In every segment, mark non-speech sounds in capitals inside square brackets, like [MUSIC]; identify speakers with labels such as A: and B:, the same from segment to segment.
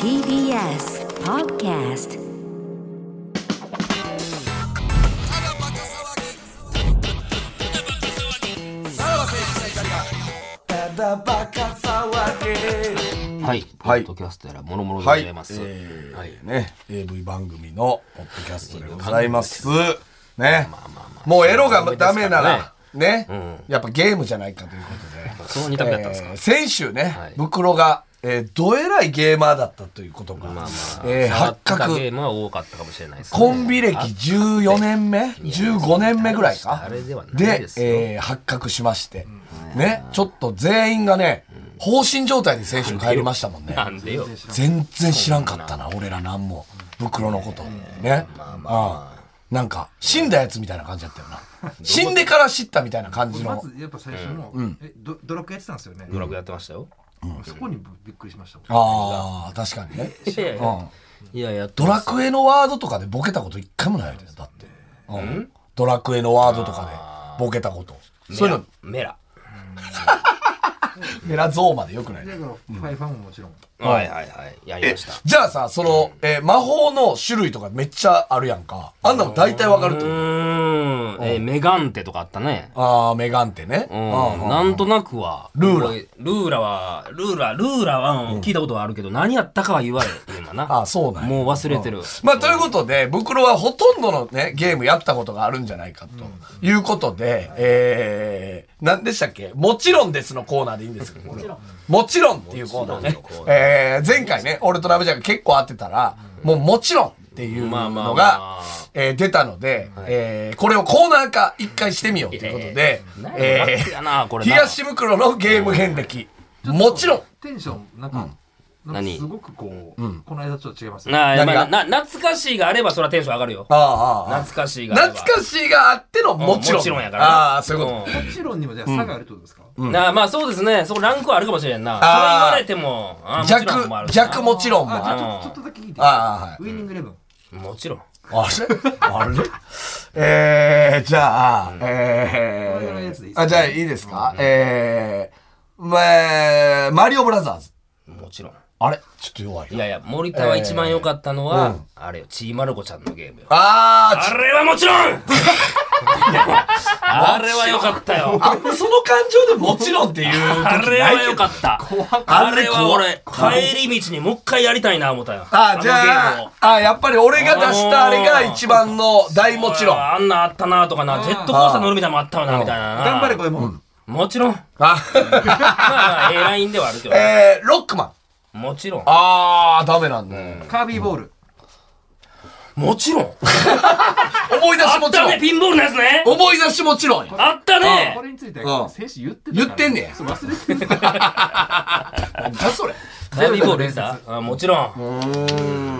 A: TBS Podcast
B: はい、
C: はい
B: ポッドキャストやらもろもろでご
C: は
B: ざ
C: い、
B: います。
C: えー
B: はい、
C: ね、AV 番組のポッドキャストでございます。ね
B: まあまあま、あ
C: もうエロがダメなら、ね
B: う、
C: やっぱゲームじゃないかということで。
B: その二択だったんですか。
C: えー先週ね、
B: はい
C: 袋が、えーどえらいゲーマーだったということが、
B: まあまあ、
C: えー
B: 触っ
C: 発
B: た
C: 覚
B: ゲ。ームは多かったかもしれないですね。
C: コンビ歴14年目 ?15 年目ぐらいか
B: あれではない
C: で
B: ですよ
C: えー発覚しまして。ね、ちょっと全員がね、放心状態に先週帰りましたもんね。
B: なんでよ。
C: 全然知らんかったな俺ら何も袋のことねああなんか死んだやつみたいな感じだったよ [LAUGHS] な死んでから知ったみたいな感じ
D: ま
C: の
D: ずやっぱ最初の、えドドラクエやってたんですよね、
B: ドラクエやってましたよ。
D: そこにびっくりしましたもん
C: ああ確かにね
B: いやいや、いやいや、
C: ドラクエのワードとかでボケたこと一回もないよねだって、うん、ドラクエのワードとかでボケたことそういうの
B: メラ。
C: メラゾーマでよくない
D: だから、ファイファンももちろん
B: メラはいはいはい、やりました。
C: じゃあさその、えー魔法の種類とかめっちゃあるやんかあんなも大体わかる
B: う
C: と思う
B: ーん、えーメガンテとかあったね。
C: ああメガンテね
B: う
C: あ
B: ん
C: あ
B: なんとなくは。
C: ルーラ
B: 覚えルーラは、ルーラ、ルーラはうん聞いたことはあるけど、何やったかは言われへんわな。
C: あそうなんや
B: もう忘れてる。
C: まあ、ということで、袋はほとんどのね、ゲームやったことがあるんじゃないかということで、えー、何でしたっけもちろんですのコーナーでいいんですけど、もちろん。もちろんっていうコーナーね
B: もちろんのコー。ナ
C: えー、前回ね、俺とラブジャーが結構当てたら、もうもちろんっていう
B: まあまあ
C: の
B: ま
C: が
B: あ、
C: えー出たので、えー、これをコーナー化一回してみようということで
B: いや、いや
C: え
B: いやなんかやな
C: ー、
B: これな
C: 東袋のゲーム遍歴、もちろん
D: テンションなんか、なんか
B: 何
D: すごくこう、この間と違いますね
B: なあ、
C: 何
B: ま
C: が
B: あ、な、懐かしいがあれば、それはテンション上がるよ。
C: ああああああ
B: 懐かしいがあれば。
C: 懐かしいがあってのもちろん。
B: もちろんやからな
C: ああ、そういうこと。
B: うん
D: もちろんにもじゃあ差があるってことですか、
B: なあまあそうですね。そこランクはあるかもしれんな。それ言
C: あー
B: われても、あーもちろんもある
C: 弱、
B: しな
C: 弱もちろんも
D: あ
C: ある。
D: ちょっとちょっとだけ聞いていい
C: ああ、
D: ウイニングイレブン
B: もちろん。
C: はい。あれ [LAUGHS] あれえー、じゃあ、え
D: これぐらいのやつでいい
C: ー
D: っ、すね
C: あ、じゃあいいですかえー、まあ、マリオブラザーズ。
B: もちろん。
C: あれちょっと弱い
B: い
C: な。
B: やいや、森田は一番良かったのは、あれよ、ちーまる子ちゃんのゲームよ。
C: あー、ち
B: あれはもちろん
C: [LAUGHS]
B: あれは良かったよ。
C: あんまその感情でもちろんっていう時
B: あれ
C: ない
B: は
C: け
B: 良
C: ど。
B: かった。
C: あ
B: あ
C: れ
B: れ
C: 怖
B: は俺、
C: 怖
B: 帰り道にもう一回やりたいな思ったよ。
C: あ、じゃ
B: のゲームを
C: あ、あ、やっぱり俺が出したあれが一番の大もちろん。あ
B: あんなあったなとかな、ジェットコースター乗るみたいなのもあったよな、みたいなな。
D: 頑張れこれもう、
B: もちろん。まあまあ、A ラインではあるけど。
C: えー、ロックマン。
B: もちろん。
C: あー、ダメなんだよ。
D: カービーボール、
B: もちろん。
C: 思い出し
B: あ
C: も
B: っ
C: ちろ
B: た
C: ん
B: ね、。ピンボールのやつね。
C: 思い出しもちろんよ。
B: あった
D: こ
B: ね。
D: れについて
C: うん
D: 選手言ってたから
C: 言ってんねや
D: そう忘れてる
C: なんだそれ。
B: カービーボールでした。あもちろん。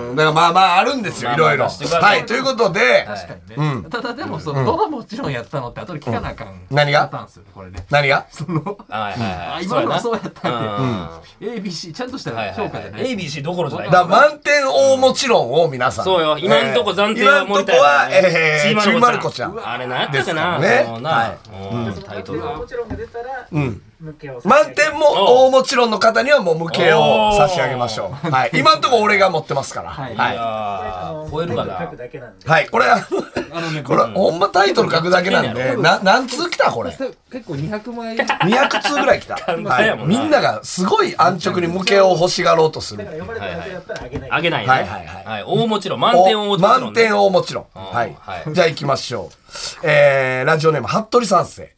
C: うん。だからまあまああるんですよ、
B: ま
C: い
B: あまあ
C: ろいろ。
B: 出してくださ
C: はいい、ということで、
D: 確かにね、ただでもその、どのもちろんやったのって後で聞かなあかん、
C: 何が
D: パターンですよねこれね
C: 何が
D: その
B: はいはい
D: あ
B: はい。
D: 今のはそう
B: や
D: やったん
B: な。
D: で、ABC ちゃんとし
B: はい
D: た評価
B: は
D: じゃ
B: いは
D: な
B: いい。
D: です
B: ABC どころじゃない。
C: だから満点をもちろんを皆さん。
B: そうよ今んとこ暫定は
C: えー今ん
B: 森
C: とこ
B: 田
C: は
B: や、ね
C: えー、ちびまる子ちゃん。
B: あれ何やったかな。
C: ですからね
B: もうな
C: は
B: もうタイトルが。
E: もちろんが出たら、抜けを差し上
C: 満
E: げる
C: 点も、大もちろんの方にはもう無形を差し上げましょう。はい。今んとこ俺が持ってますから。はいい。は
B: あ
E: あ
B: ー
E: の
B: 超えるかな。
E: 書くだけなんで。
C: い。これ、あの
D: あのね
C: これ、ほんまタイトル書くだけなんで、な、何通来たこれ。
D: 結構200枚
C: 200通ぐらい来た。
B: そうやもん
C: み
B: なん
C: ながすごい安直に無形を欲しがろうとする
E: だ。から呼ばれただけだったらあげない。
B: あげないね。
C: はいはいはい
B: はい。大もちろん満点をもちろんね。
C: 満点をもちろん。
B: ん
C: はい。
B: はい
C: じゃあ行きましょう。えー、ラジオネーム、服部三世。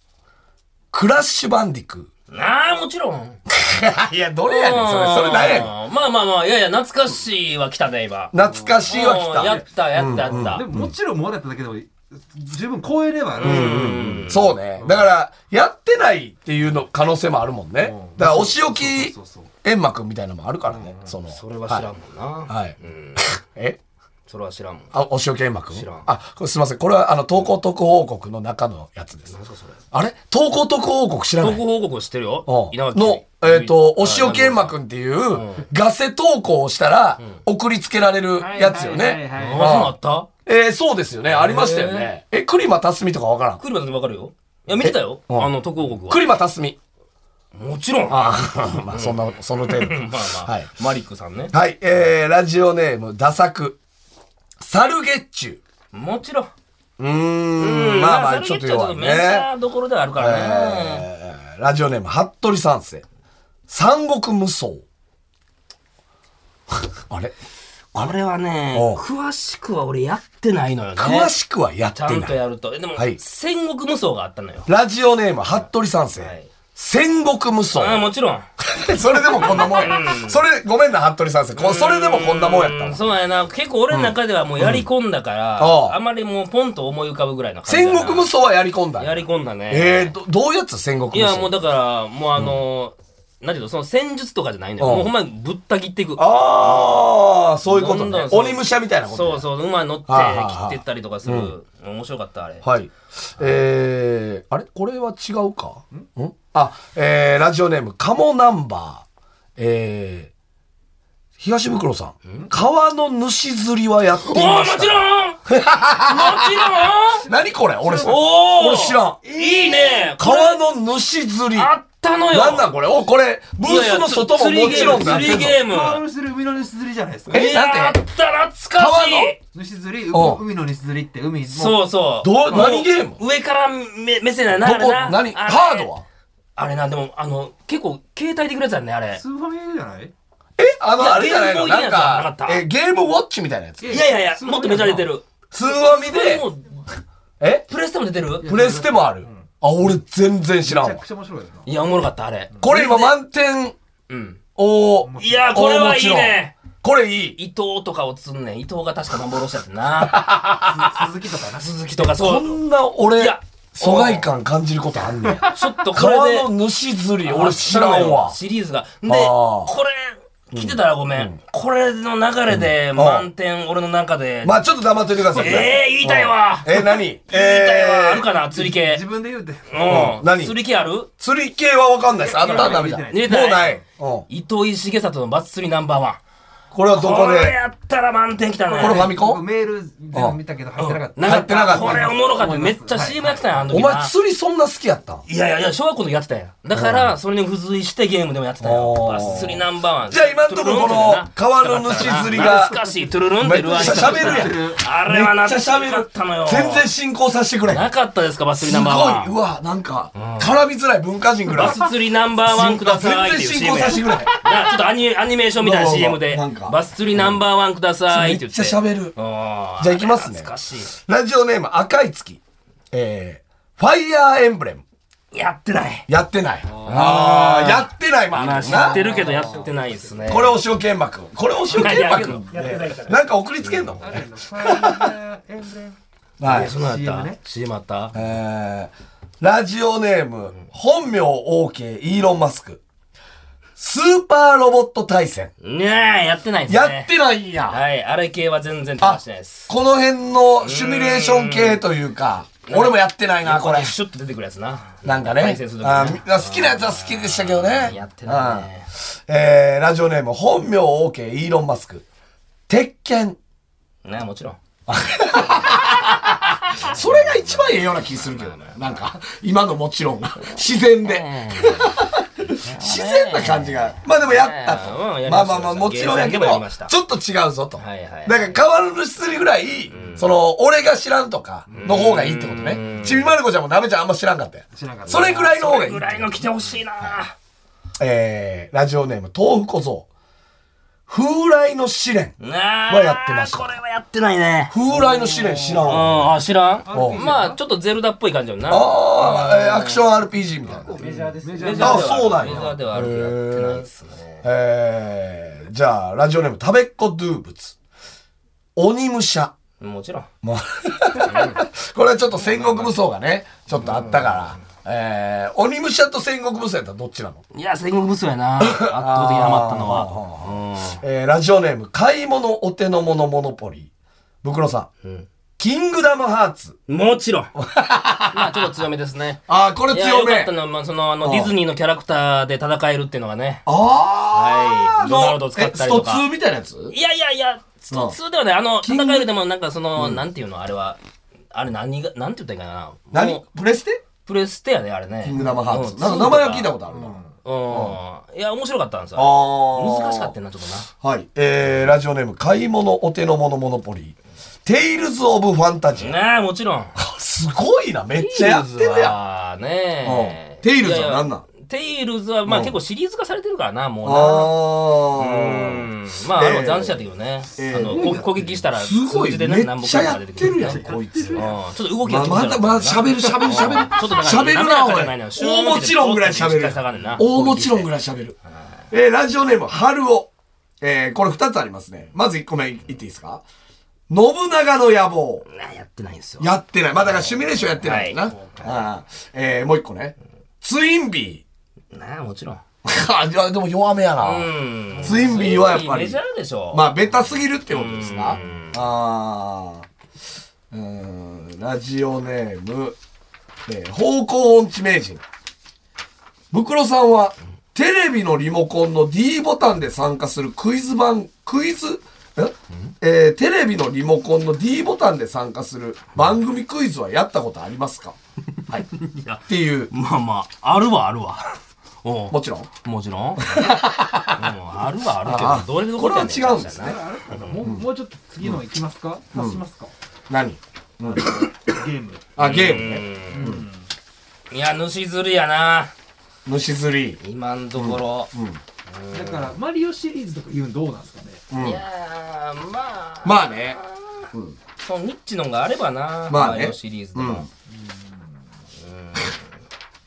C: クラッシュバンディク [LAUGHS]
B: なあもちろん。
C: ー。いや、どれやねん、それ。それ何やねん。
B: うんまあまあまあいやいや懐かしいは来たね今。
C: 懐かしいは
B: うんやっ
C: 来
B: たやったやった
D: で。ももちろんもらっただけでも十分超えればあるんですよ
C: た。そうね。だから、やってないっていうの可能性もあるもんね。だから、お仕置き
D: そうそうそう
C: 煙幕みたいなのもあるからね。その。
B: それは知らんもんな。
C: はい。はい。 [LAUGHS] え
B: それは知らんもん。
C: あ、お仕置き煙幕
B: 知らん
C: あ、これすいません。これは、あの、投稿特報告の中のやつです。あれ投稿特報告知らない
B: 投稿報告を知ってるよ。
C: うん
B: 稲垣
C: の、えっ、と、お塩研磨くんっていう、ガセ投稿をしたら、送りつけられるやつよ
D: はいはい
C: ね。
D: はい
B: あそ
D: はい
B: うなった
C: えー、そうですよね。ありましたよね。え、栗間たすみとかわからん。
B: クリマだってわかるよ。いや、見てたよ。あの、特報告は。
C: 栗間たすみ。
B: もちろん。
C: ああ、 [LAUGHS] まあそんな、その程度。
B: まあまあ、
C: はい。
B: マリックさんね。
C: はい、えー、ラジオネーム、ダサク。サルゲッチュ。
B: もちろん。
C: うーん、まあまあ、ち
B: そ
C: ょ
B: れ
C: っと
B: 言っちゃ
C: 弱
B: う
C: い
B: メジャ
C: ね。
B: ーどころではあるからね。
C: えーラジオネーム、服部三世。三国無双。 [LAUGHS] あれ
B: これはね
C: おう、
B: 詳しくは俺やってないのよね。
C: 詳しくはやっ
B: ち
C: て
B: ゃんと
C: ない。
B: やると。でも
C: はい、
B: 戦国無双があったのよ。
C: ラジオネーム、服部三世。
B: はい
C: 戦国無
B: ああ、
C: 双。
B: もちろん。
C: [LAUGHS] それでもこんなもんや。それ、ごめんな、服部三世。こそれでもこんなもんやった
B: う
C: わ
B: そうやな。結構俺の中ではもうやり込んだから、
C: うんうんああ
B: あまりもうポンと思い浮かぶぐらいの感じ
C: 戦
B: やな。
C: 国無双はやり込んだ。
B: やり込んだね。
C: えー、どどういうやつ戦国
B: い
C: 無
B: や、もう
C: 双。
B: だから、もうあのー、なんていうの、その戦術とかじゃないんだよ。
C: うん
B: もうほんまにぶった切っていく。
C: ああ、そういうこと
B: どんど
C: ね
B: ん。そう
C: 鬼武者みたいなことね。
B: そうそう、馬に乗って
C: はいはいはい
B: 切ってったりとかする。面白かった、あれ。
C: はい。えー、あれこれは違うかんあ、えー、ラジオネーム、カモナンバー。えー、東袋さん。川の主釣りはやってい
B: おお
C: ま
B: も
C: した。
B: ちろん
C: [LAUGHS]
B: もちろん
C: 何これ俺、
B: おお
C: 俺知らん。
B: いいねこれ
C: 川の主釣り。
B: あったのよ
C: なんなんこれお、これ、ブースの外ももちろんなって
B: 釣り
C: んの
B: ゲーム
D: 川のする海の西釣りじゃないですか。
C: え
B: い
C: な
B: や
C: ん
B: あ
C: て
B: った懐かし
C: 川の
B: い
D: 西釣り、
C: おう
D: 海の西釣りって海も
B: そうそう
C: どう
B: もう
C: 何ゲーム
B: 上から目目線やな
C: ど
B: あれ
C: こ、
B: な
C: 何
B: あれ
C: カードは
B: あれなでもあの結構携帯でくれたやつだねあれ
D: スーファミじゃない
C: えあ
B: い
C: の、
B: や
C: あれじゃないの
B: ゲームボーイ
C: なん
B: のやつはなか
C: か
B: っ、た
C: え、ゲームウォッチみたいなやつ
D: い。や
B: いやいやいやもっとめちゃ出てる
C: 通話見
B: こ
C: で
B: れも、う
C: え
B: プレステも出てる
C: プレステもある。あ、俺全然知ら
D: め
C: ん
D: ちゃ
C: わ
D: く。ちゃ面白いよな。
B: いやおもろかったあれ
C: これ今満点
B: うん
C: を、
B: いやこれはいいね
C: これいい。
B: 伊藤とかを釣んねん伊藤が確か幻だった
C: [LAUGHS]
B: な
D: 鈴木とかな。
B: 鈴木とかそ
C: こ
B: うん
C: な俺
B: いや、
C: 疎外感感じることあんねん。
B: ちょっ
C: [LAUGHS]
B: とこれで
C: 川の主釣り、俺知らんわ。
B: シリーズが。で、
C: あー
B: これ、来てたらごめん。これの流れで満点、俺の中で。
C: まあちょっと黙っといてくださいね。
B: えー言いたいわ
C: うんえ、何
B: 言いたいわ。ある
C: えー
B: かな釣り系
D: 自。分で言うて。
B: うん。
C: 何
B: 釣り系ある
C: 釣り系はわかんないです。あったんだみたいな。も
D: 入
B: れ
C: う
B: てない
C: ない。うん
B: 伊藤井重里のバツ釣りナンバーワン。
C: これはどこ
B: これ
C: で
B: やったら満点きたね。
C: これファミコ
D: 僕
C: ン
D: [LAUGHS] メール全部見たけど入ってなかった。
B: なかっ。
C: 入ってなかったた
B: これおもろかった。
D: 思い
B: め
D: ます
B: っちゃ CM やってたやん、あの
C: お
B: 時
C: 前
B: な。
C: 釣りそんな好きやったん
B: いやいやいや、小学校の時やってたやん。だから、それに付随してゲームでもやってたよ。
C: おー
B: バツ釣りナンバーワン。
C: じゃあ今んとここの川の主釣りが
B: 懐かしい。トゥルルンってルアーにした
C: めっちゃ喋るやん
B: あれは
C: めっちゃ喋
B: 懐かしか
C: る
B: ったのよ。
C: 全然進行させてくれ
B: なかったですか、バス釣りナンバーワン。
C: すごいうわなんか、絡みづらい文化人ぐらい
B: バス釣りナンバーワンくださいっていう
C: 全然進
B: CM
C: 行
B: や
C: させてくれない
B: なちょっとアニアニメーションみたいな CM で
C: なんか
B: バス釣りナンバーワンくださいって言って
C: めっちゃ喋る
B: うんあ
C: じゃあ行きますね
B: 懐かし
C: ラジオネーム赤い月えー、ファイヤーエンブレム
B: いやってない
C: やってないああーやってないまあ
B: まあ
C: な
B: 知ってるけどやってないですね
C: これお塩剣幕これお塩剣幕
E: やってないから。
C: なんか送りつけんの
D: あれのファイヤーエンブレム
C: はい
B: やそんなのあ
D: CM
B: った
D: ね
B: CM あった
C: えーラジオネーム本名 OK イーロン・マスクスーパーロボット対戦
B: ねえやってないですね
C: やってないんや、
B: はいあれ系は全然飛してないです
C: この辺のシミュレーション系というか俺もやってないなこれ
B: にシュッと出てくるやつな
C: なんかね
B: 対戦する時ね
C: あーみんな好きなやつは好きでしたけどね
B: やってないね
C: うんえーラジオネーム本名 OK イーロン・マスク鉄拳
B: ねもちろん
C: それが一番ええような気するけどねなんか今のもちろんが自然 [LAUGHS] で自然な感じがまあでもやったと
B: うんやりました
C: まあまあまあもちろんやけど
B: ゲームでもやりました
C: ちょっと違うぞと
B: はいはい
C: だから変わるするぐらいその俺が知らんとかの方がいいってことねちびまる子ちゃんもなべちゃんあんま知らんかったよ
D: 知らんかった
C: それぐらいの方がいい
B: ぐらいの来てほしいな
C: えーラジオネーム豆腐小僧風来の試練
B: は
C: はやってました
B: これはやってないね
C: 風来の試練知らん
B: うん
C: わ
B: あ知らん
C: お
B: まあちょっとゼルダっぽい感じやもんな
C: ああ、えーアクション RPG みたいな
E: メジャーですね。
D: メジャー
C: あそうなん
B: メジャー
C: や
B: ではあるけどやってないですね
C: えー、じゃあラジオネーム食べっ子ドゥーブツ鬼武者
B: もちろん
C: もうこれはちょっと戦国武装がねちょっとあったから、えー、鬼武者と戦国武装やったらどっちなの、
B: いや戦国無双や
C: [LAUGHS]
B: な圧倒的にハマったのは
C: えー、ラジオネーム買い物お手の物モノポリーブクロさん、キングダムハーツ
B: うんもちろん [LAUGHS] まあちょっと強めですね
C: ああこれ
B: いや
C: 強
B: よか
C: め
B: ったのはまあそのあの
C: ん
B: ディズニーのキャラクターで戦えるっていうのがね
C: ああ、
B: はいロナウドを使ったりとか
C: えスト2みたいなやつ
B: いやいやいやスト2ではねあの戦えるでもなんかそのなんていうのあれはあれ何がなんて言ったらいいかなも
C: 何
B: う
C: プレステ
B: プレステやねあれね
C: キングダムハーツ。
B: うん
C: なんか名前は聞いたことあるな。
B: うん。いや、面白かったんですよ。
C: あー
B: 難しかったな、ちょっとな。
C: はい。えー、ラジオネーム、買い物お手の物モノポリー。テイルズ・オブ・ファンタジー。
B: ねえ、もちろん。
C: すごいな、めっちゃやってるやん。
B: やん。ね
C: う
B: え
C: んテイルズは何なん
B: いやいやテイルズは、まあ結構シリーズ化されてるからな、もうな。う
C: あ
B: ん。まあ、あれは
C: えー
B: 斬新やったけどね。
C: えー
B: あの、こ攻撃したら、
C: ー。すご
B: 数字
C: い、
B: で
C: め
B: ね、
C: っ
B: 何本
C: ちゃ
B: か
C: や
B: が
C: っ
B: 出て
C: て
B: く
C: る
B: る。
C: やん、こいつ。
B: うんちょっと動き
C: ま
B: が
C: あ
B: 気持
C: ま
B: ち悪
C: た、
B: い
C: まあ、喋る、喋る、喋る。
B: ちょっとなんか
C: 喋るな
B: 滑らかじゃ
C: おい
B: いのよ
C: 大もちろんぐらい喋る
B: 下がんねんな
C: 大もちろんぐらい喋る。えー、ラジオネーム、春尾。えー、これ二つありますね。まず一個目いっていいですか信長の野望。
B: なやってないんですよ。
C: やってない。まあ、だからシミュレーションやってないな。
B: はい
C: あーえー、もう一個ね。ツインビ
B: なあ、もちろん。
C: ー。 [LAUGHS] いや、でも弱めやな。
B: うん。
C: ツインビーはやっぱり
B: メジャーでしょ。
C: まあ、ベタすぎるってことです
B: う
C: か
B: ん
C: あーうーん、ラジオネーム、えー方向音痴名人。ムクロさんは、テレビのリモコンの D ボタンで参加するクイズ番、クイズ、んえーテレビのリモコンの D ボタンで参加する番組クイズはやったことあります
B: [LAUGHS]
C: かはい。っていう、
B: まあまあ、あるわ、あるわ。おう
C: もちろん。
B: もちろん。うんあるはあるけど、どれほど
C: これは
B: やね
C: 違うんですね。
F: もうもうちょっと次の行きますか足しますか
C: 何
F: ゲーム
C: あ、ゲームね。
B: いや、主釣りやな。
C: 虫釣り。
B: 今のところ。
F: だからマリオシリーズとか言うのどうなんですかね
B: いやー、まあ、
C: まあね。
B: そのニッチのがあればな。
C: まあね
B: マリオシリーズでも。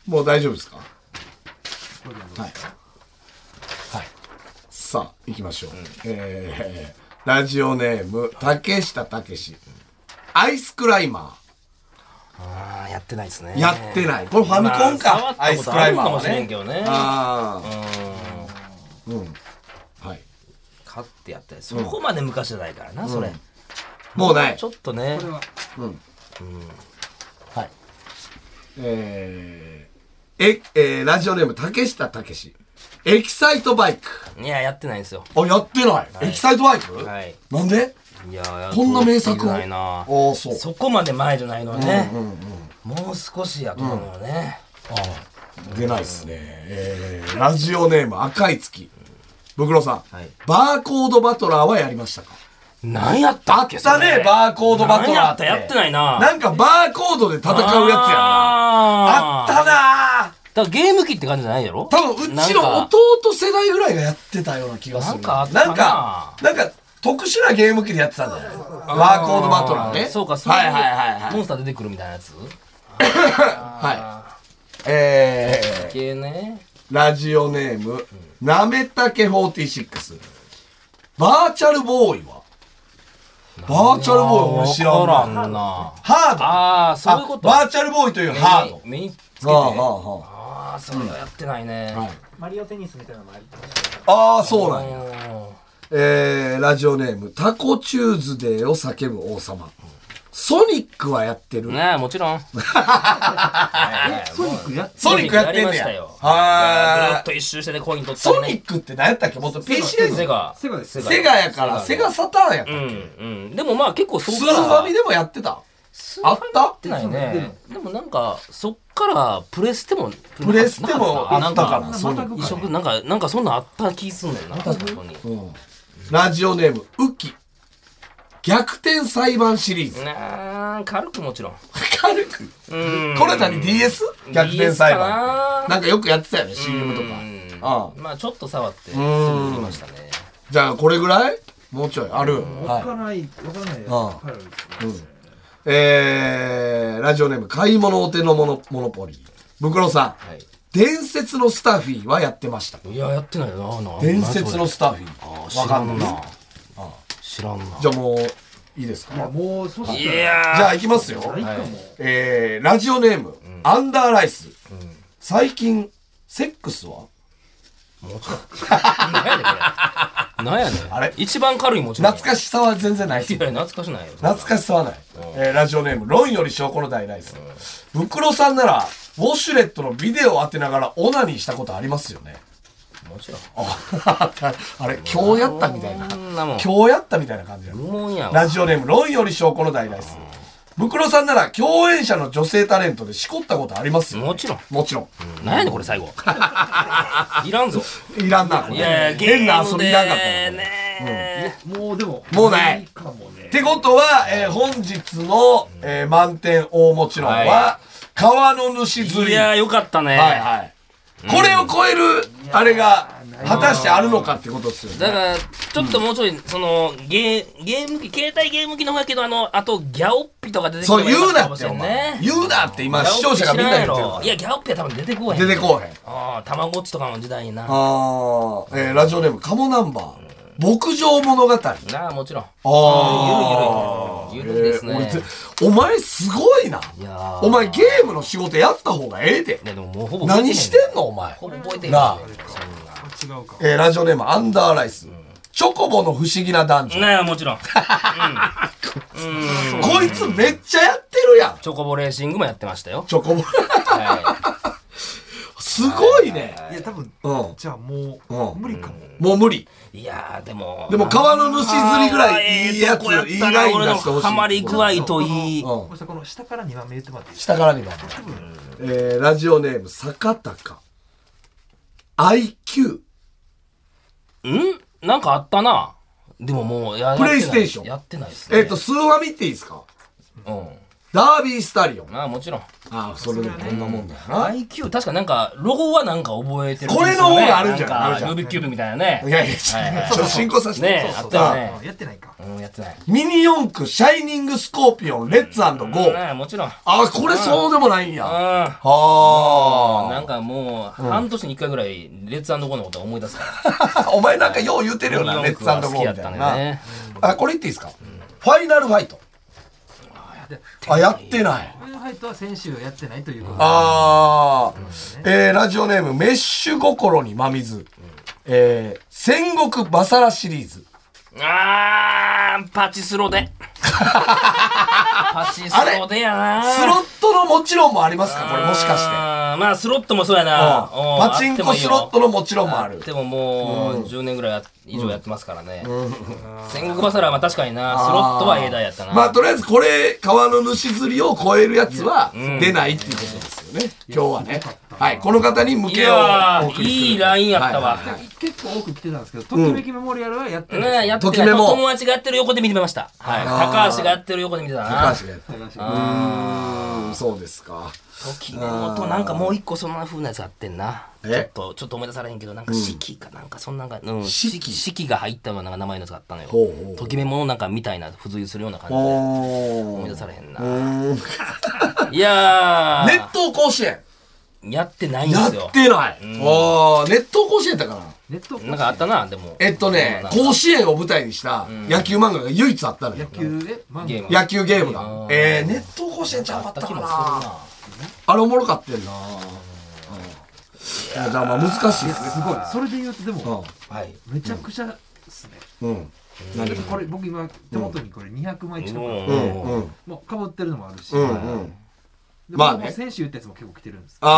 C: もう大丈夫ですかはい。はい。さあ、行きましょう。えー、ラジオネーム、竹下武史。アイスクライマ
B: ああ、やってないですね。
C: ー。やってない。これファミコン
B: ま
C: か
B: あ。
C: アイスクライマー
B: 触
C: は
B: ったことあるかもしれん
C: ね
B: け。どね。
C: あ
B: うん
C: あ。うん。はい。
B: 買ってやったりそこまで昔じゃないからな、それ
C: もうない
B: ち。ょっとね
F: これは
C: はい。えー、え、えー、ラジオネーム、竹下武史。エキサイトバイク。
B: いややってないんですよ
C: あ、やってない。
B: い
C: エキサイトバイク、
B: はい
C: なんで
B: いやや
C: こんな名作を
B: ないな
C: ああ、そう。
B: そこまで前じゃないのはね、もう少しやと思うのよね、
C: 出ないですね、えーラジオネーム赤い月ブクロさん、
B: はい
C: バーコードバトラーはやりましたか
B: なんやった
C: あ
B: っ
C: っ
B: け
C: たねバーコードバトラーって
B: なんやったやってないな
C: なんかバーコードで戦うやつやなあ
B: あ
C: ったなー
B: だからゲーム機って感じじゃないやろ
C: 多分うちの
B: なんか
C: 弟世代ぐらいがやってたような気がする
B: なんかあ
C: な
B: ったなん
C: かなんか特殊なゲーム機でやってたんじゃないバーコードバトラーね
B: そうかそういう
C: はいはいはいは
B: モン
C: い
B: スター出てくるみたいなやつ
C: はいえー、
B: 系ね
C: ラジオネーム、なめたけ46。バーチャルボーイはバーチャルボーイ俺知らん
B: わから
C: な。
B: んな
C: ハード
B: ああそういうこと
C: バーチャルボーイというハード。
B: 目に目につけて
C: あああ
B: ああそれはやってないね、
C: はい
E: マリオテニスみたいなのもあり
C: ああ、そうなんや。
B: や
C: えー、ラジオネーム、タコチューズデーを叫ぶ王様。ソニックはやってる。
B: ねえもちろん
D: ソニックやっ
C: ソニックやってん
B: ま
C: ね
B: し
C: や
B: たよ。ぐる
C: は
B: っ
C: ーい。
B: と一周してねコイン取って
C: ソニックって何やったっけもっと PC や
B: セ
C: セガ。
B: ガ
F: セガです
C: セガやから、セガサターンやった
B: う
C: っけ
B: んうんでもまあ結構そ
C: ス
B: こ
C: ー
B: か
C: ファミ
B: ら
C: でもやってた
B: スー
C: あ
B: ファ
C: っ
B: ミ
C: た
B: ってないねでもなんかそっからプレステも
C: プレステもあ
B: な
C: っ
B: ん
C: た
B: か
C: かな、ソニック。
B: 移植なんかなんかそんなんあった気すんねんな確かに
C: ラジオネーム、ウキ。逆転裁判シリーズ。
B: なあ軽くもちろん
C: 軽く。
B: うん
C: これ何 ?DS? 逆転裁判っ
B: DS かな
C: て。なんかよくやってたよね、CM と
B: うん
C: か。うん
B: まあちょっと触ってすぐ売りましたね
C: じゃあ、これぐらいもうちょい。ある。
F: わか
C: は
F: らないわからないやつ
C: ああ
F: からですね
C: い。えー、ラジオネーム、買い物お手のモノモノポリー。ブクロさん、
B: はい
C: 伝説のスタッフィーはやってました。
B: いややってないよなな
C: 伝説の
B: なそ
C: スタッフィ
B: れあ
C: ー。
B: ー
C: わ
B: 知
C: からん
B: ん
C: ない。
B: な知らんな
C: じゃあもう、いいです
F: いや
C: か
F: もうそし
B: い
F: たら
B: やー
C: じゃあ、行きますよ。
F: ないかも
C: えーラジオネーム、アンダーライス、最近セックスは
B: なんやねんこれ。なんやねん。
C: あれ
B: 一番軽いもちろん。
C: 懐か
B: し
C: しさは全然ないです
B: い。や、懐かしないよ。
C: 懐かしさはない、えーラジオネーム論より証拠の大ライス、ブクロさんならウォシュレットのビデオを当てながらオナニーしたことありますよね
B: もちろん。
C: ああれ今日やったみたいな
B: そんなもん。
C: 今日やったみたいな感じだ
B: 無音やわ。
C: ラジオネーム論より証拠の大ライスブクロさんなら共演者の女性タレントでしこったことありますよ、ね、
B: もちろん
C: もちろん
B: 何やねんこれ最後 [LAUGHS] いらんぞ
C: いらんなこ
B: いや
C: れ
B: いや
C: 変な遊びいらんかったなこれ
B: ね
F: もうでも
C: もうない
F: かもね
C: ってことは、えー本日の、えー満点大もちろんは、
B: は
C: 川の主釣
B: い
C: り。
B: やーよかったね、
C: はいはい。これを超える、あれが、果たしてあるのかってことですよね。
B: だからちょっともうちょい、そのゲーゲーム機携帯ゲーム機の方やけどあのあとギャオッピとか出てきて
C: そう言うな
B: も
C: っ、
B: してれ
C: お
B: ん
C: 前。
B: ね
C: 言うなって今、視聴者がみんな言ってるか
B: いやギャオッピは多分出てこうへ
C: ら。
B: ん
C: 出てこうへん。
B: ああたまごっちとかの時代にな
C: あー、えーラジオネーム、カモナンバー、牧場物語。あ
B: なあもちろん
C: あ
B: ゆるいゆるいゆるいですね
C: えー俺ぜお前すごいな。
B: いやー
C: お前ゲームの仕事やった方がええで
B: い。やでももうほぼ
C: 何してんのお前。
B: ほぼ覚えてへん
C: なあ
B: そんな
F: 違うか
C: えーラジオネームアンダーライス、チョコボの不思議な男女、
B: ねえもちろん
C: こいつめっちゃやってるやん
B: チョコボレーシングもやってましたよ
C: [LAUGHS] チョコボ
B: は
C: すごいね、
F: いや多分
C: うん
F: じゃあも
C: う
F: う無理かも
C: もう無理
B: いいやーでも
C: でも川の主釣りぐらいいいやつ、
B: あーえ
C: いい
B: えとこったな
C: ライン出
B: 俺の
C: してほしい
B: ハマり具合といい
C: うん
D: これさこの下から2番目言ってもらっていい
C: 下から見た、えー、ラジオネーム坂高 IQ
B: んなんかあったなでももうや
C: プレイステーション
B: やってないですね
C: えっ、とスーファミっていいですか
B: う
C: ダービースタリオン
B: んまあもちろん
C: ああそれでもこんなもんだよな、
B: IQ 確かなんかロゴはなんか覚えてる
C: これの方があるんじゃない
B: なんかルービックキューブみたいなね
C: いやいや
B: はいはい
C: ちょっと進行させて、
B: ねえあったよね
D: あやってないか
B: うんやってない
C: ミニ四駆、シャイニングスコーピオン、レッツゴー。
B: ねえもちろんうん
C: あ、これそうでもないんや。
B: な
C: は
B: んかもう半年に一回ぐらいレッツゴーのことは思い出すから
C: あ。お前なんかよう言うてるよな、レッツゴ
B: ミニ
C: ー
B: 四駆は好きや
C: み
B: ったた
C: い
B: ん
C: な
B: だよ
C: な。
B: ね
C: あ、これ言っていいですかファイナルファイト。あ、やってない。
D: これのファイトは先週やってないということ
C: あー。えー、ラジオネーム、メッシュ心に真水。えー、戦国バサラシリーズ。
B: あーパチス
C: [LAUGHS]
B: ロでパチスロでやな
C: スロットのもちろんもありますかこれもしかして。うん
B: あーまあスロットもそうやなうん
C: パチンコスロットのもちろんもある。
B: でももう10年ぐらいや以上やってますからね、戦国バサラは確かになスロットは A 代やったな、
C: まあとりあえずこれ川の主釣りを超えるやつは出ないっていうことですよね、今日はねはいこの方に向
B: い
C: けを
B: や
C: お
B: ー
C: 送りする
B: いいラインやったわ、
C: はいはい
F: 結構多く来てたんですけどときめきメモリアルはやってない
B: ねえやって
C: ときめ
B: た
C: も
B: 友達がやってる横で見てました、はい、
C: あー
B: 高橋がやってる横で見てたな
C: 高橋がやった
F: 高橋
C: うーんそうですか
B: ときめもとなんかもう一個そんな風なやつあってんなちょっとちょっと思い出されへんけどなんか四季かなんかそんなんか、うん、
C: 四季
B: 四季四季が入ったような名前のやつがあったのよ
C: ほうほう
B: ときめものなんかみたいな付随するような感じで
C: お
B: 思い
C: ー
B: 出されへんな、
C: うーん
B: いやー
C: 熱湯甲子園
B: やってないんで
C: や
B: すよ
C: ってないあー熱湯甲子園だから
D: ネット
B: なんかあったなでも
C: えっとね
B: なんか
C: 甲子園を舞台にした野球漫画が唯一あったのよ
D: 野球で漫
B: ゲーム
C: 野球ゲーム
B: う
C: が
B: ん
C: えー熱湯甲子園ちゃうか
B: あ
C: っ
B: ったた
C: か
B: 気も
C: な
B: す
C: あれおもろかってんな。いや、だからまあ難しいですね。
D: すごいそれで言うとでも
B: るなはい
D: めちゃくちゃっすね
C: うん。
D: これ僕今手元にこれ200枚近くあって
C: うん。うん。
D: もうかぶってるのもあるし
C: うん。うん。
D: で
C: まあね
D: 僕も選手言ったやつも結構来てるんです
C: あ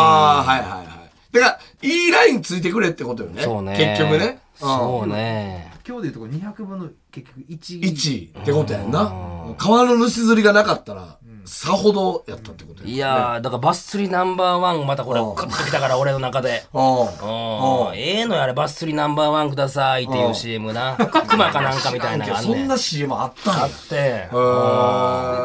C: あ、はいはいはい。だから、いいラインついてくれってことよね。
B: そうね
C: 結局ね。
B: そうね
D: 今日でいうとこれ200分の結局1
C: 1位ってことやんな。川の主釣りがなかったら、さほどやったってことや
B: いやーだからバス釣りナンバーワンまたこれグッときたから俺の中で
C: う
B: うんええのやれバス釣りナンバーワンくださいっていう CM なクマかなんかみたい
C: ん。
B: なの
C: けど
B: があん
C: そ [LAUGHS]
B: ね
C: ん
B: ん
C: な CM あったんや
B: あって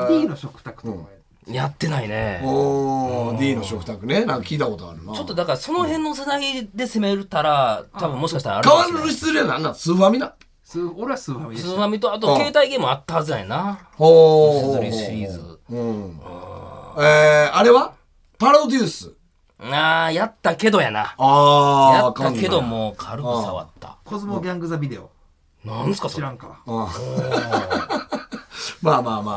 C: う
D: D の食卓とか
B: やってないね
C: ん。おー、D の食卓ね。なんか聞いたことあるな。
B: ちょっとだからその辺の世代で攻めるたら多分もしかしたらあるかも
C: 川の
B: しれない
C: 主釣りは何なんスーファミな。
D: スー俺はスーファミで
B: ス
D: し
B: ーフ
D: た
B: ァミとあと携帯ゲームあったはずやな
C: ほ
B: 釣りシリーズ
C: うん。えー、あれはパロデュース。
B: あーやったけどやな
C: あ
B: やったけど
C: わかんない。
B: もう軽く触った
D: コズモギャングザビデオ
B: なんすかそ
D: 知
B: れ
D: らんか
C: まあまあまあま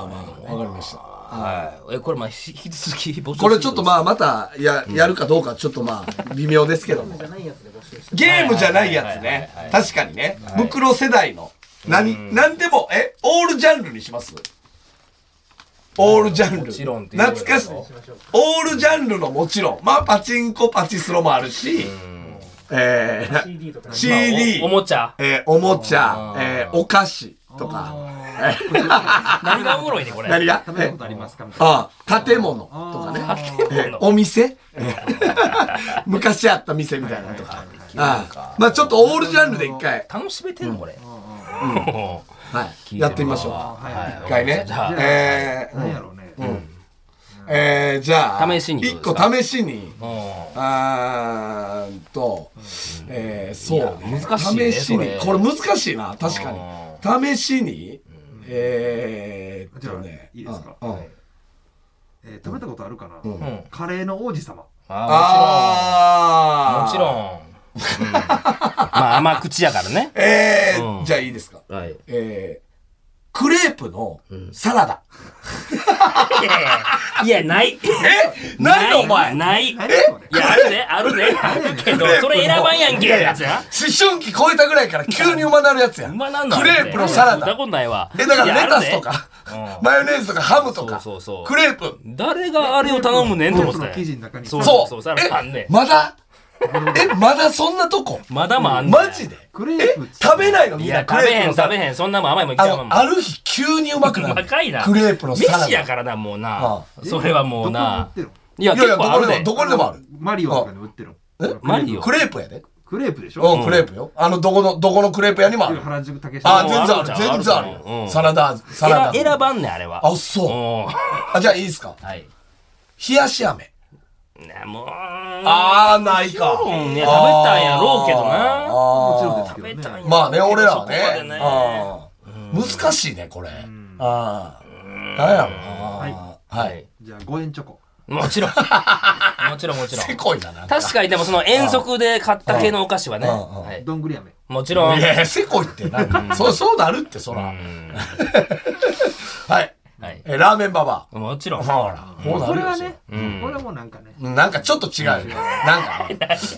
C: あ、わかりました。
B: はいえこれまあひ引き続き募集
C: これちょっと
B: あ
C: まあまたや、やるかどうかちょっとまあ、微妙ですけども
E: じ。ゃないやつで募集して
C: ゲームじゃないやつね。確かにね。袋世代の。何、何でも、え、オールジャンルにしますオールジャンル。
B: もちろんっていうこと
C: 懐かしい。オールジャンルのもちろん。まあ、パチンコ、パチスロもあるし、えー、
E: CD とかね
C: CD
B: おおもちゃ
C: えーおもちゃ、えーお菓子とか、
B: 何がおもろいねこれ
C: 何が
D: 食べたことありますかみたいな。
C: ああ建物とかねえお店 [LAUGHS] 昔あった店みたいなのとかああまあちょっとオールジャンルで一回、
B: 楽しめてんのこれ、もう
C: はい、やってみましょう
D: はい
C: 一回ね
B: じゃあ
C: え
F: なんや
C: ー
F: ろうね。
C: えーじゃあ
B: 試しにどう
C: 一
B: です
C: 個
B: か
C: 試しに
B: も
C: あーんと、えーそうね
B: いや難しいね
C: 試しに
B: そ
C: こ
B: れ
C: れ難しいな確かに試しに、えーっとね
F: じゃあいいですか
C: うんうん
F: えー食べたことあるかな
B: う、うん、
F: カレーの王子様。
B: ああ
C: あ
B: もち
C: ー
B: ろんもち
C: [LAUGHS]
B: ろん、うん、まあ甘口やからね
C: えー
B: うん
C: じゃあいいですか
B: はい
C: えークレープのサラダ、
B: いやいやいやない
C: えないのお前思
B: ないない
F: 何それ
B: いやあるであるであ
C: [LAUGHS]
B: るけどそれ選ばんやんけやつや
C: 春期超えたぐらいから急にうまなるやつやん
B: 馬なんだ
C: クレープのサラ
B: 見た
C: ダ
B: ことないわ
C: えだか
B: い
C: ら
B: や
C: レタスと
B: ある
C: か
B: でうん
C: マヨネーズとかハムとか
B: そうそうそう
C: クレープ
B: 誰があれを頼むねんと思っ
F: クレープの
B: て
F: 生地の中に
B: そう
C: そ
B: そううそうサラダあんね
C: えまだえまだそんなとこ
B: まだまあんねん
C: マジで
F: クレープ
C: 食べないのみ
B: い
C: んな
B: や
C: ク
B: 食べ
C: レー
B: へ
C: プ
B: ん
C: のサ
B: 食べ
C: ラ
B: へんそんなもん甘いもんい
C: ダ
B: け
C: あ
B: やん
C: のある日急にうまくなる
B: 若いな
C: クレープのサラ
B: 飯や
C: ダ
B: からなもう
C: あ
B: なそれはもうな
F: どこに売って
B: いや
C: いやいやど
B: 結構あ
C: こ
B: る
C: でも
B: で
C: どこでもある
F: るのマリオとかに売ってるの
C: え
B: マリオ
C: クレープやで
F: クレープでしょ
C: うんクレープよあのどこのどこのクレープ屋にもある
F: 原宿竹下
C: あ
F: の
C: 全然ある全然
B: あると
C: あ
B: 思
C: る
B: う
C: サラダサラダ
B: 選選ばんねんあれは
C: あそう
B: も
C: あじゃあいいですか
B: うはい
C: 冷やし飴
B: ねもう
C: あ
B: あ
C: あないか
B: うんね食べたんやろうけどな
F: もちろん
C: な
F: ですけどね
B: 食べたんや
C: まあね俺らは
B: そこま
C: ね
B: でね
C: あー難しいねこれああなんやろなは
B: はいい
F: じゃあ5円チョコ
C: [LAUGHS]
B: もちろんもちろんもちろ
C: せ
B: ん
C: こいだな
B: 確かにでもその遠足で買った系のお菓子はね
C: うんうんうん
B: はい
F: どんぐり飴
B: もちろん
C: いやいやせこいってなんかそうそうなるってそらはい
B: はい
C: えラーメンババ
B: もちろん
C: アほらこうな
F: こ
C: る
F: れ
C: よ
F: は
C: そら
F: ねこれはもうなんかね
C: なんかちょっと違うよなんか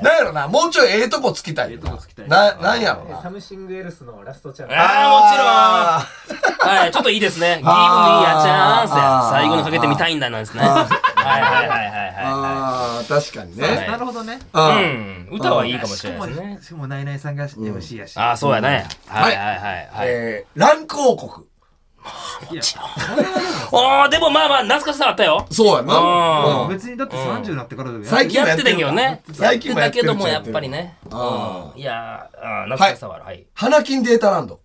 C: なんやろなもうちょいええとこつきたいよ
F: ええとこつきたい
C: ななんやろ
E: え
C: な
E: サムシングエルスのラストチャンネル
B: あーもちろん
C: ちろん
B: はい、ちょっといいですね。ギブミアチャ
C: あー
B: ンス
C: あー
B: 最後にかけてみたいんだなんですね。はいはいはいは
C: ああ確かに
B: は
C: ね
B: い
F: なるほどね
C: うん
B: いはい。うん、歌はいいかもしれないです
F: しか
B: ね
F: も。しかもナイナイさんが MC やし
B: ああ、そうやね。はいはいはいはい。
C: えー乱高国
F: いや
B: おー、でもまあまあ、懐かしさあったよ。
C: そうやな
B: あ
C: うん
F: 別にだって30になってからでも
C: 最近も
B: や
C: や
B: っ
C: って
B: て
C: る
B: たけどね。
C: 最近もや
B: や
C: っ
B: ってて
C: る
B: たけども、
C: や
B: や
C: っ
B: って
C: る
B: ぱりね。うん
C: あ
B: いやー、あー懐かしさはある。はい。
C: 花金データランド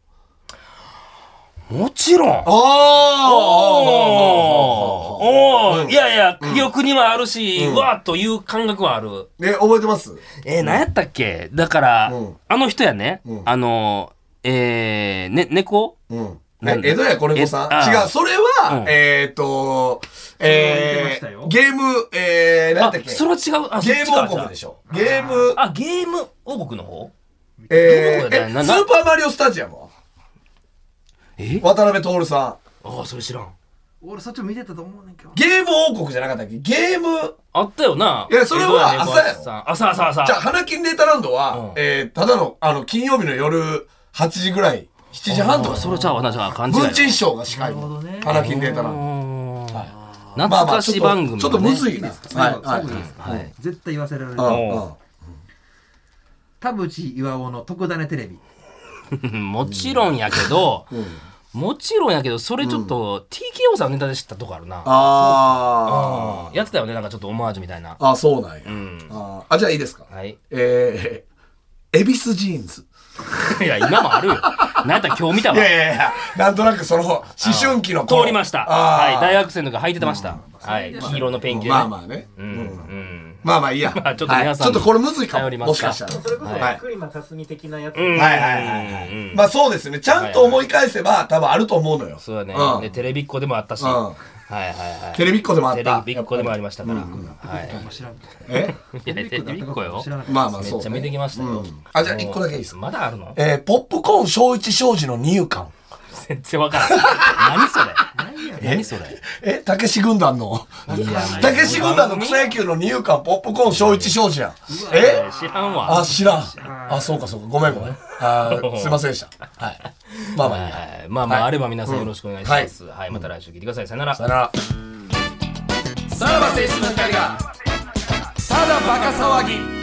B: もちろん。
C: ああ
B: お
C: うん
B: ー、いやいや、記憶にはあるし、うわーという感覚はある。
C: え覚えてます
B: えー、何やったっけだから、
C: うん
B: あの人やね、
C: うん
B: あのえー、ね猫
C: うん
B: な
C: え
B: んで
C: 江戸やこれもさ
B: えあ
C: ん
B: ー
C: 違うそれは、
B: うん
C: えっ、ー、とえ
F: それ
C: ー、
F: は言ってま
C: ゲームえー、なん
B: あ
C: だっけ
B: それは違うあ
C: ゲーム王
B: そっちか
C: 国でしょゲーム
B: じゃああゲーム王国の方
C: えー
B: ゲーム王国だ
C: え
B: よな
C: ス
B: な
C: ーパーマリオスタジアムは
B: え
C: 渡辺徹さん
B: ああそれ知らん
F: 俺そっちも見てたと思うねんけど
C: ゲーム王国じゃなかったっけゲーム
B: あったよない
C: やそれは朝やろ
B: ろ朝朝朝
C: じゃあ、花金データランドは、
B: うん
C: えー、ただの、あの、金曜日の夜8時ぐらい、7時半とか、
B: それちゃうわなじゃあ勘違い
C: 文珍
B: や
C: 師匠が司会
F: なるほ
C: の
F: どね、
C: 花金データラ
B: う
C: ンド。
B: ーん懐
C: まあま
B: か
C: あ、ちょ
B: し
C: っと、
B: 番組
C: ちょっと
B: のね
C: むずいな。は
F: 最
C: い、
F: 後
C: は
F: 最
C: い
F: 後でいいですか
C: はい。
F: 絶対言わせられる
C: うん
B: うん
C: うん
F: 田淵岩尾の特ダネテレビ
B: もちろんやけど、もちろんやけどそれちょっと TKO さんのネタで知ったとこあるな
C: あ
B: うんやってたよねなんかちょっとオマージュみたいな
C: ー。あ、そうなんや。
B: ん
C: あーあ、じゃあいいですか。
B: はい
C: えー、エビスジーンズ。
B: いや、今もあるよ。なんやったら今日見たわ。
C: いやいやいや、なんとなくその、思春期の頃
B: 通りました。
C: あー
B: はい。大学生の時履いててました。はい。黄色のペンキでね。
C: まあまあね。
B: うん。うん。
C: まあまあいいや。
B: [LAUGHS] あちょっと皆さん
C: はいちょっとこれむずいか
B: 頼
C: も。
B: ります
C: もし
B: か
C: かしたら。
E: それこそ
C: はい
E: クリマタスミ的なやつ
B: う
C: は
B: ん
C: いはいはいはい、
B: うんうん
C: まあそうですねちゃんと思い返せば多分あると思うのよ
B: そうだね
C: うん。
B: で、テレビっ子でもあったし。
C: うん
B: はいはいはい。
C: テレビっ子でもあった
B: テレビっ子でもありましたから。はい。
F: 知らんけど
C: え
B: いや、テレビっ子よ
F: 知。らなかった
C: まあまあ
B: め
C: そ
B: っ
C: う、
B: ち
C: ね、
B: ゃ見てきましたよ。
C: あじゃあ一個だけいいですか
B: まだあるの
C: えー、ポップコーン小一小二の二遊間
B: 全然わからん。何それ何それ
C: えたけし軍団の
B: いや
C: たけし軍団の草野球の二遊間ポップコーン小一小二やんえ
B: 知らんわ。
C: あ知らんあそうかそうかごめんごめんあ
B: [LAUGHS]
C: ーすいませんでしたはいまあまあいいや
B: はいまあまあ、あれば皆さんよろしくお願いします。はい。また来週聞いてください。さよなら
C: さ。よならさらば青春の光がただバカ騒ぎ